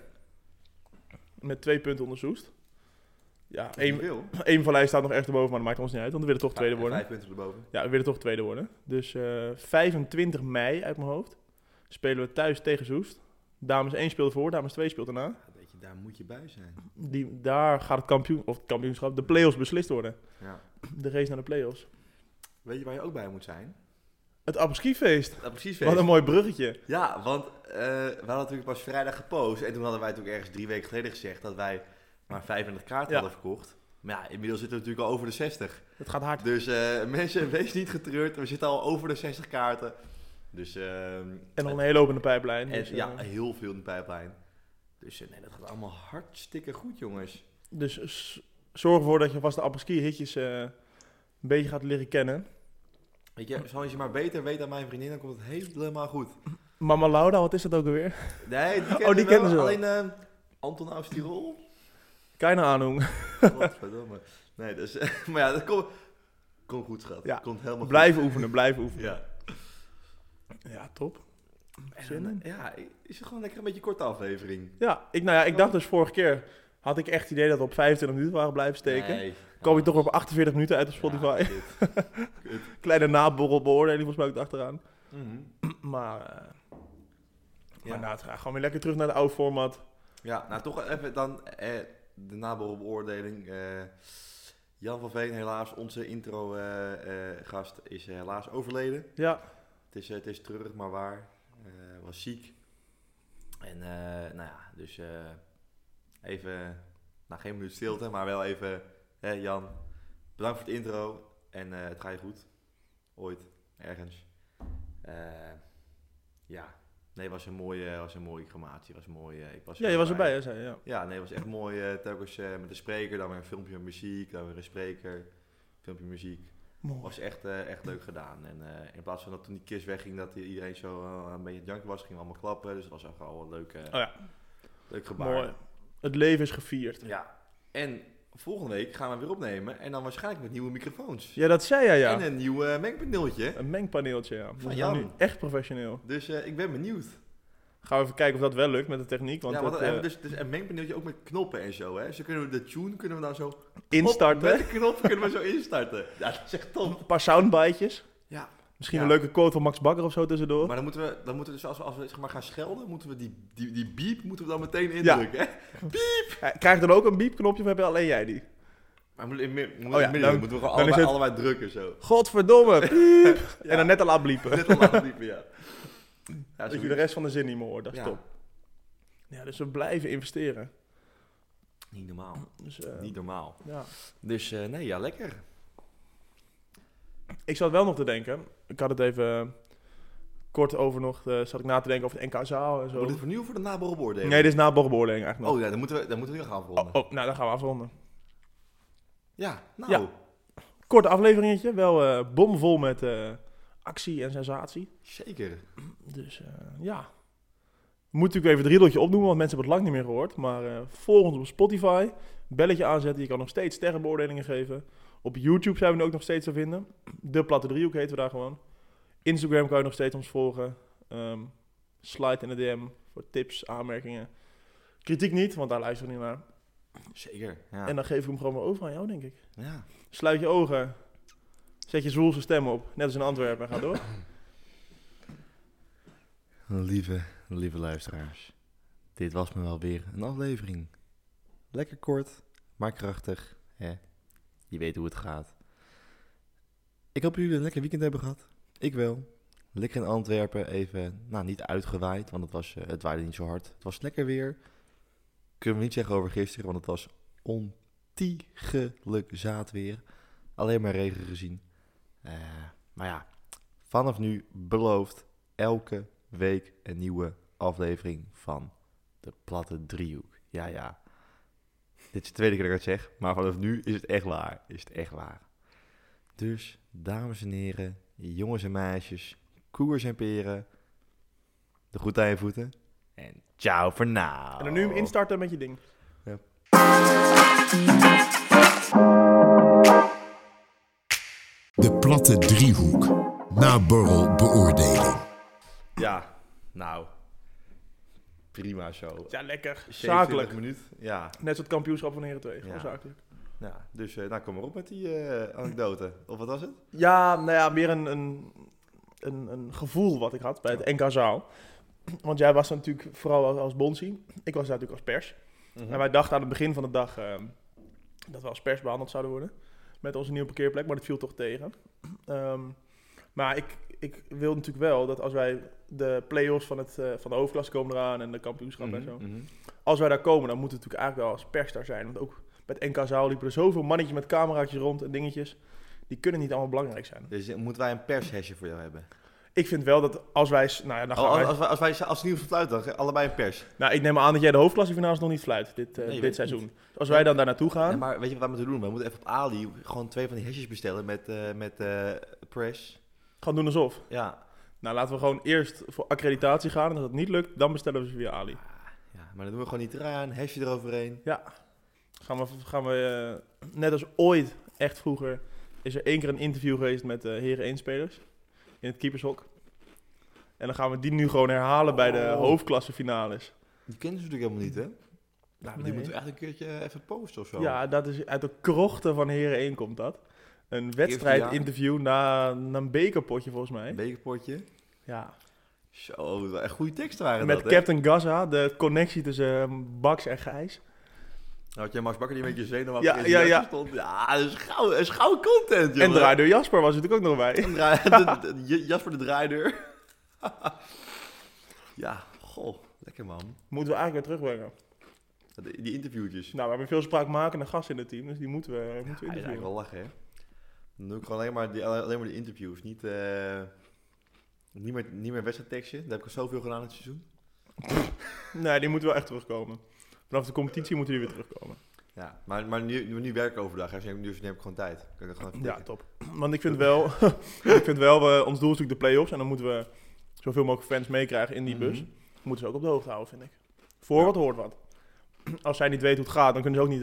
Speaker 4: Met twee punten onder Soest. Ja, één,
Speaker 3: wil.
Speaker 4: één van staat nog echt boven, maar dat maakt ons niet uit. Want we willen toch tweede worden.
Speaker 3: Nou, Vijf punten erboven.
Speaker 4: Ja, we willen toch tweede worden. Dus eh, 25 mei uit mijn hoofd spelen we thuis tegen Soest. Dames 1 speelt voor, dames 2 speelt daarna.
Speaker 3: Ja, weet je, daar moet je bij zijn.
Speaker 4: Die, daar gaat het, kampioen, of het kampioenschap, de play-offs beslist worden.
Speaker 3: Ja.
Speaker 4: De race naar de play-offs.
Speaker 3: Weet je waar je ook bij moet zijn?
Speaker 4: Het apres feest.
Speaker 3: Ja, precies.
Speaker 4: Wat een mooi bruggetje.
Speaker 3: Ja, want eh, we hadden natuurlijk pas vrijdag gepost. En toen hadden wij natuurlijk ergens drie weken geleden gezegd dat wij maar 35 kaarten
Speaker 4: Ja.
Speaker 3: hadden verkocht. Maar ja, inmiddels zitten we natuurlijk al over de 60.
Speaker 4: Het gaat hard.
Speaker 3: Dus eh, mensen, wees niet getreurd. We zitten al over de 60 kaarten. Dus, ehm,
Speaker 4: En nog een hele hoop in de pijplijn.
Speaker 3: en-
Speaker 4: Dus, eh,
Speaker 3: ja, heel veel in de pijplijn. Dus eh, nee, dat gaat allemaal hartstikke goed, jongens.
Speaker 4: dus s- zorg ervoor dat je vast de apres-ski hitjes eh, een beetje gaat leren kennen.
Speaker 3: Weet je, zoals je maar beter weet aan mijn vriendin, dan komt het helemaal goed.
Speaker 4: Mama Lauda, wat is dat ook alweer?
Speaker 3: Nee, die kennen,
Speaker 4: Oh, die
Speaker 3: we
Speaker 4: kennen ze wel.
Speaker 3: Alleen eh, Anton aus Tirol.
Speaker 4: Keine Ahnung.
Speaker 3: Godverdomme. Nee, dus, maar ja, dat komt komt goed, schat.
Speaker 4: Ja,
Speaker 3: Komt helemaal
Speaker 4: Blijven oefenen, blijven
Speaker 3: goed.
Speaker 4: oefenen.
Speaker 3: Ja.
Speaker 4: Ja, top.
Speaker 3: En
Speaker 4: Zin
Speaker 3: dan,
Speaker 4: in.
Speaker 3: ja, is het gewoon lekker een beetje korte aflevering.
Speaker 4: Ja, ik, nou ja, ik dacht dus vorige keer, had ik echt het idee dat we op 25 minuten waren blijven steken.
Speaker 3: Nee.
Speaker 4: Kwam je toch op 48 minuten uit op Spotify.
Speaker 3: Ja, dit.
Speaker 4: Kleine naborrelbeoordeling volgens mij ook achteraan.
Speaker 3: Mhm.
Speaker 4: Maar, eh
Speaker 3: Ja.
Speaker 4: maar nou, het gaat gewoon weer lekker terug naar de oude format.
Speaker 3: ja, nou toch even dan eh, de nabeoordeling. eh Jan van Veen, helaas, onze intro-gast, is helaas overleden.
Speaker 4: Ja,
Speaker 3: Het is, eh, het is treurig, maar waar. Eh, was ziek. En eh, nou ja, dus eh, even, nou geen minuut stilte, maar wel even, hè, Jan, bedankt voor het intro. En eh, het gaat je goed. Ooit, ergens. Eh, ja, nee, was een mooie, was een mooie crematie. Was een mooie, ik was
Speaker 4: ja je was erbij, hè, zei je, Ja.
Speaker 3: Ja, nee, was echt mooi. eh telkens eh, met een spreker, dan weer een filmpje met muziek, dan weer een spreker, filmpje muziek.
Speaker 4: Mooi.
Speaker 3: was echt, eh, echt leuk gedaan. En eh, in plaats van dat toen die kiss wegging, dat iedereen zo eh, een beetje junkie was, gingen we allemaal klappen. Dus dat was echt wel een leuk, eh,
Speaker 4: Oh ja,
Speaker 3: leuk gebaar.
Speaker 4: mooi. Het leven is gevierd.
Speaker 3: Ja. En volgende week gaan we weer opnemen. En dan waarschijnlijk met nieuwe microfoons.
Speaker 4: Ja, dat zei jij ja.
Speaker 3: En een nieuw eh, mengpaneeltje.
Speaker 4: Een mengpaneeltje, ja. We
Speaker 3: Van
Speaker 4: zijn nu
Speaker 3: Jan.
Speaker 4: echt professioneel.
Speaker 3: Dus eh, ik ben benieuwd.
Speaker 4: Gaan we even kijken of dat wel lukt met de techniek. Want
Speaker 3: ja, want
Speaker 4: het,
Speaker 3: dan hebben
Speaker 4: eh,
Speaker 3: we dus, dus een mengpaneeltje ook met knoppen en zo. Hè? Dus dan kunnen we de tune kunnen we dan zo... hop,
Speaker 4: instarten.
Speaker 3: met de knop kunnen we zo instarten. Ja, dat is echt top.
Speaker 4: Een paar soundbitejes.
Speaker 3: Ja.
Speaker 4: Misschien
Speaker 3: Ja.
Speaker 4: een leuke quote van Max Bakker of zo tussendoor.
Speaker 3: Maar dan moeten we, dan moeten we dus als we, als we zeg maar gaan schelden, moeten we die, die, die beep moeten we dan meteen
Speaker 4: Ja.
Speaker 3: indrukken. Hè?
Speaker 4: Eh, Krijg je dan ook een biepknopje of heb je alleen jij die?
Speaker 3: Maar moet, in, moet,
Speaker 4: Oh ja,
Speaker 3: midden,
Speaker 4: dan-
Speaker 3: moeten we gewoon
Speaker 4: dan is
Speaker 3: allebei,
Speaker 4: het-
Speaker 3: allebei drukken zo.
Speaker 4: Godverdomme, piep.
Speaker 3: Ja.
Speaker 4: En dan net al afbliepen.
Speaker 3: Net al afliepen, ja. ja
Speaker 4: Dat je de
Speaker 3: zoiets.
Speaker 4: rest van de zin niet meer hoort, dat is
Speaker 3: Ja.
Speaker 4: top. Ja, dus we blijven investeren.
Speaker 3: Niet normaal.
Speaker 4: Dus, eh,
Speaker 3: Niet normaal.
Speaker 4: ja.
Speaker 3: Dus eh, nee, ja, lekker.
Speaker 4: Ik zat wel nog te denken, ik had het even kort over nog, eh, zat ik na te denken over het NK Zaal en zo.
Speaker 3: Wordt dit vernieuwd voor de naborrelbeoordeling?
Speaker 4: Nee, dit is na borrelbeoordeling eigenlijk nog.
Speaker 3: Oh ja, dan moeten we, dan moeten we nu gaan afronden.
Speaker 4: Oh, oh, nou dan gaan we afronden.
Speaker 3: Ja, nou.
Speaker 4: Ja. Kort afleveringetje, wel eh, bomvol met eh, actie en sensatie.
Speaker 3: Zeker.
Speaker 4: Dus eh, ja. Moet natuurlijk even het riedeltje opnoemen, want mensen hebben het lang niet meer gehoord. Maar eh volg ons op Spotify. Belletje aanzetten. Je kan nog steeds sterrenbeoordelingen geven. Op YouTube zijn we nu ook nog steeds te vinden. De Platte Driehoek heten we daar gewoon. Instagram kan je nog steeds ons volgen. Ehm slide in de DM voor tips, aanmerkingen. Kritiek niet, want daar luisteren we niet naar.
Speaker 3: Zeker. Ja.
Speaker 4: En dan geef ik hem gewoon maar over aan jou, denk ik.
Speaker 3: ja.
Speaker 4: Sluit je ogen. Zet je zwoelse stem op. Net als in Antwerpen. En ga door.
Speaker 3: Lieve, lieve luisteraars. Dit was me wel weer een aflevering. Lekker kort, maar krachtig. Hè? Je weet hoe het gaat. Ik hoop dat jullie een lekker weekend hebben gehad. Ik wel. Lekker in Antwerpen, even, nou niet uitgewaaid, want het, was, eh, het waaide niet zo hard. Het was lekker weer. Kunnen we niet zeggen over gisteren, want het was ontiegelijk zaadweer. Alleen maar regen gezien. Eh, maar ja, vanaf nu beloofd elke week een nieuwe aflevering van de platte driehoek. Ja, ja. Dit is de tweede keer dat ik het zeg, maar vanaf nu is het echt waar. Is het echt waar. Dus, dames en heren, jongens en meisjes, koers en peren, de groet aan je voeten en ciao voor nou.
Speaker 4: En dan nu hem instarten met je ding.
Speaker 1: De platte driehoek. Naborrel beoordeling.
Speaker 3: Ja, nou, prima zo.
Speaker 4: Ja, lekker.
Speaker 3: 27
Speaker 4: Zakelijk.
Speaker 3: minuut, ja.
Speaker 4: Net zoals het kampioenschap van Heren 2. Gewoon
Speaker 3: Ja.
Speaker 4: zakelijk.
Speaker 3: ja. Dus, eh nou, kom maar op met die eh, anekdote. Of wat was het?
Speaker 4: Ja, nou ja, meer een, een, een, een gevoel wat ik had bij het NK Zaal. Want jij was er natuurlijk vooral als, als bonsie. Ik was daar natuurlijk als pers. En wij dachten aan het begin van de dag ehm, dat we als pers behandeld zouden worden. Met onze nieuwe parkeerplek, maar dat viel toch tegen. Ehm, maar ik, ik wil natuurlijk wel dat als wij de play-offs van, het, eh, van de hoofdklasse komen eraan en de kampioenschap en zo.
Speaker 3: Mhm, mhm.
Speaker 4: als wij daar komen, dan moeten we natuurlijk eigenlijk wel als pers daar zijn. Want ook met NK Zaal liepen er zoveel mannetjes met cameraatjes rond en dingetjes. Die kunnen niet allemaal belangrijk zijn.
Speaker 3: Dus eh, moeten wij een pershesje voor jou hebben?
Speaker 4: Ik vind wel dat als wij... s- Nou ja, dan gaan
Speaker 3: Oh,
Speaker 4: wij-
Speaker 3: als, als, wij- als wij als nieuws fluiten, dan ge- allebei een pers.
Speaker 4: nou, ik neem aan dat jij de hoofdklassiefinales nog niet fluit dit,
Speaker 3: Nee,
Speaker 4: eh,
Speaker 3: weet
Speaker 4: dit
Speaker 3: ik
Speaker 4: seizoen. Dus als wij dan daar naartoe gaan...
Speaker 3: Ja, maar weet je wat wij moeten doen? We moeten even op Ali gewoon twee van die hesjes bestellen met, eh, met eh, press.
Speaker 4: Gaan doen alsof.
Speaker 3: Ja.
Speaker 4: Nou, laten we gewoon eerst voor accreditatie gaan. En als dat niet lukt, dan bestellen we ze via Ali.
Speaker 3: ja, maar dan doen we gewoon die traan, hesje eroverheen.
Speaker 4: Gaan we, gaan we eh, net als ooit, echt vroeger, is er één keer een interview geweest met eh heren 1-spelers in het keepershok. En dan gaan we die nu gewoon herhalen bij de
Speaker 3: Oh.
Speaker 4: hoofdklassefinales.
Speaker 3: Die kennen ze natuurlijk helemaal niet, hè? Nou,
Speaker 4: Nee.
Speaker 3: Die moeten we echt een keertje even posten of zo.
Speaker 4: Ja, dat is uit de krochten van heren 1 komt dat. Een wedstrijdinterview na, na een bekerpotje volgens mij.
Speaker 3: Een bekerpotje.
Speaker 4: Ja.
Speaker 3: Zo, wat echt goede teksten waren
Speaker 4: Met
Speaker 3: dat, hè?
Speaker 4: Captain Gaza, de connectie tussen eh, Bax en Gijs.
Speaker 3: Nou, had jij Max Bakker die een beetje zenuwachtig
Speaker 4: Ja,
Speaker 3: in die
Speaker 4: ja,
Speaker 3: hesje
Speaker 4: ja.
Speaker 3: stond? Ja, dat is gouden, dat is gouden content, jongen.
Speaker 4: En draai door Jasper was natuurlijk ook nog bij.
Speaker 3: En draai- de- de- J- Jasper de draaideur. ja, goh, lekker man.
Speaker 4: Moeten we eigenlijk weer terugbrengen.
Speaker 3: Die die interviewtjes.
Speaker 4: Nou, we hebben veel spraakmakende gasten in het team, dus die moeten we, moeten we
Speaker 3: Ja, is eigenlijk
Speaker 4: interviewen.
Speaker 3: wel lachen, hè? Dan doe ik gewoon alleen maar, die, alleen maar de interviews. Niet, eh niet meer, niet meer wedstrijdtekstje. Dat heb ik al zoveel gedaan dit seizoen.
Speaker 4: Nee, die moeten wel echt terugkomen. Vanaf de competitie moeten die weer terugkomen.
Speaker 3: Ja, maar, maar nu, nu werk ik overdag, hè. dus nu neem ik gewoon tijd. Kan ik dat gewoon even
Speaker 4: Ja,
Speaker 3: tikken.
Speaker 4: top. Want ik vind wel, ik vind wel we, ons doel is natuurlijk de play-offs. En dan moeten we zoveel mogelijk fans meekrijgen in die bus.
Speaker 3: Mhm.
Speaker 4: Moeten ze ook op de hoogte houden, vind ik. Voor wat hoort wat. Als zij niet weten hoe het gaat, dan kunnen ze ook niet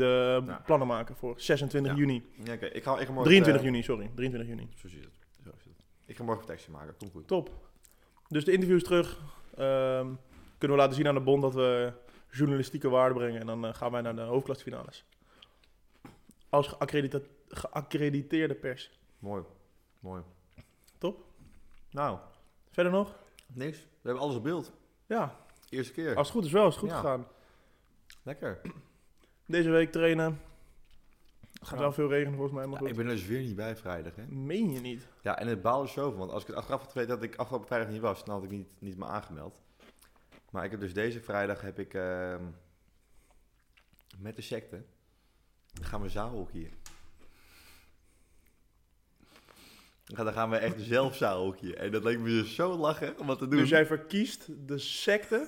Speaker 4: eh, plannen maken voor 26
Speaker 3: Ja.
Speaker 4: juni.
Speaker 3: Ja, oké. ik ga, ik ga morgen,
Speaker 4: 23
Speaker 3: eh,
Speaker 4: juni, sorry. 23 juni.
Speaker 3: Zo zit het. Zo zit het. Ik ga morgen een tekstje maken, komt goed.
Speaker 4: Top. Dus de interviews terug. Ehm, kunnen we laten zien aan de bond dat we journalistieke waarde brengen. En dan eh, gaan wij naar de hoofdklasfinales. Als geaccredita- geaccrediteerde pers.
Speaker 3: Mooi. Mooi.
Speaker 4: Top.
Speaker 3: Nou,
Speaker 4: Verder nog?
Speaker 3: niks. We hebben alles op beeld.
Speaker 4: Ja,
Speaker 3: Eerste keer.
Speaker 4: als het goed is wel, is het goed
Speaker 3: Ja.
Speaker 4: gegaan.
Speaker 3: Lekker.
Speaker 4: Deze week trainen. Het gaat
Speaker 3: Ja.
Speaker 4: wel veel regenen volgens mij, maar
Speaker 3: Ja, ik
Speaker 4: goed.
Speaker 3: ben er dus weer niet bij vrijdag, hè.
Speaker 4: Meen je niet?
Speaker 3: Ja, en het baal is zoveel. Want als ik het achteraf had geweten dat ik afgelopen vrijdag niet was, dan had ik niet, niet me aangemeld. Maar ik heb dus deze vrijdag heb ik ehm, met de secte gaan we zaalhockey. Ja, dan gaan we echt zelf zaalhockey. En dat leek me dus zo lachen om wat te doen.
Speaker 4: Dus jij verkiest de secte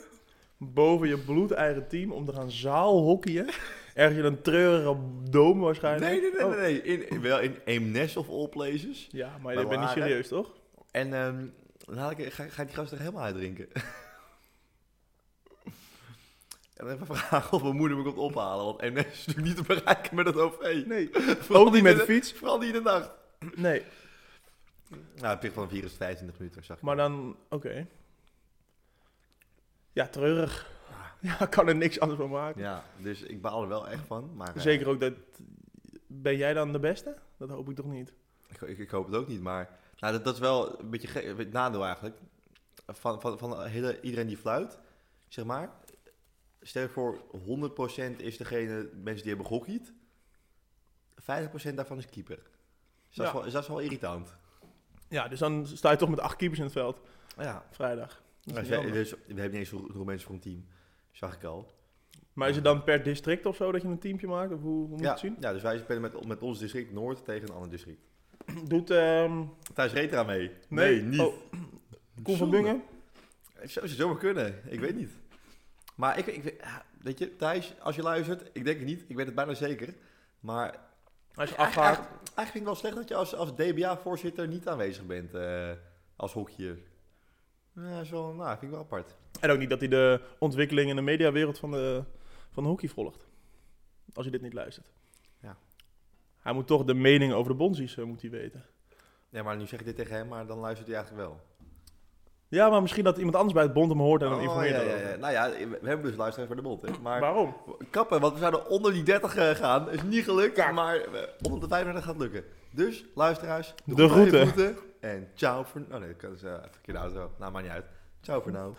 Speaker 4: boven je bloedeigen team om te gaan zaalhockeyen. Ergens in een treurige dome waarschijnlijk.
Speaker 3: Nee, nee, nee,
Speaker 4: Oh.
Speaker 3: nee. nee. In, in- wel in Eemnes of all places.
Speaker 4: Ja, maar
Speaker 3: wel
Speaker 4: je bent niet
Speaker 3: raar, hè?
Speaker 4: serieus, toch?
Speaker 3: En ehm, dan haal ik, ga, ga ik die gast er helemaal uitdrinken. en dan even vragen of mijn moeder me komt ophalen. Want MS is natuurlijk niet te bereiken met het OV.
Speaker 4: Nee.
Speaker 3: Vooral
Speaker 4: Ook niet met
Speaker 3: in
Speaker 4: de fiets?
Speaker 3: Vooral niet in de nacht.
Speaker 4: Nee.
Speaker 3: Nou, het ligt van 4 is 25 minuten, zag ik.
Speaker 4: Maar dan, oké. Ja, treurig. Ja, kan er niks anders van maken.
Speaker 3: Ah. Ja, dus ik baal er wel echt van. Maar, eh,
Speaker 4: Zeker ook dat... Ben jij dan de beste? Dat hoop ik toch niet.
Speaker 3: Ik, ik, ik hoop het ook niet, maar nou, dat, dat is wel een beetje gek- het nadeel eigenlijk. Van, van, van hele, iedereen die fluit, zeg maar. Stel je voor, 100% is degene, mensen die hebben gehockeyd. 50% daarvan is keeper. Dus dat,
Speaker 4: Ja.
Speaker 3: is wel, dus dat is wel irritant.
Speaker 4: Ja, dus dan sta je toch met acht keepers in het veld
Speaker 3: Ja,
Speaker 4: vrijdag. Dat is
Speaker 3: dus
Speaker 4: jammer.
Speaker 3: we, dus we hebben niet eens hoe- hoeveel mensen voor een team, zag ik al.
Speaker 4: Maar is het dan per district of zo dat je een teampje maakt? Of hoe, hoe moet
Speaker 3: eh,
Speaker 4: je
Speaker 3: Ja,
Speaker 4: het zien?
Speaker 3: ja, dus wij spelen met, met ons district Noord tegen een ander district.
Speaker 4: Doet ehm
Speaker 3: Thijs reed eraan mee.
Speaker 4: Nee,
Speaker 3: niet.
Speaker 4: oh. Koen van Bungen?
Speaker 3: Het zou ze zomaar kunnen. Ik weet niet. Maar ik, ik weet- ja, weet je, Thijs, als je luistert, ik denk het niet. Ik weet het bijna zeker. Maar e-
Speaker 4: Hij is
Speaker 3: eigenlijk,
Speaker 4: afgehaakt.
Speaker 3: eigenlijk eigenlijk vind ik wel slecht dat je als, als DBA-voorzitter niet aanwezig bent eh, als hokje. Ja, zo, nou, vind ik wel apart.
Speaker 4: En ook niet dat hij de ontwikkeling in de mediawereld van de, van de hockey volgt. Als hij dit niet luistert.
Speaker 3: Ja.
Speaker 4: Hij moet toch de mening over de bonsies eh, moet hij weten.
Speaker 3: Ja, maar nu zeg ik dit tegen hem, maar dan luistert hij eigenlijk wel.
Speaker 4: Ja, maar misschien dat iemand anders bij het bond hem hoort en hem
Speaker 3: Oh,
Speaker 4: informeert.
Speaker 3: ja, ja,
Speaker 4: daarover.
Speaker 3: ja. Nou ja, we we hebben dus luisteraars voor de bond. Hè. Maar
Speaker 4: Waarom?
Speaker 3: kappen, want we zouden onder die 30 eh, gaan. Is niet gelukt, maar eh, onder de 35 gaat het lukken. Dus, luisteraars, doe
Speaker 4: De
Speaker 3: goed aan je
Speaker 4: groeten.
Speaker 3: voeten En ciao voor... Oh nee, dat is eh verkeerde auto. Nou, maakt niet uit. Ciao voor nou.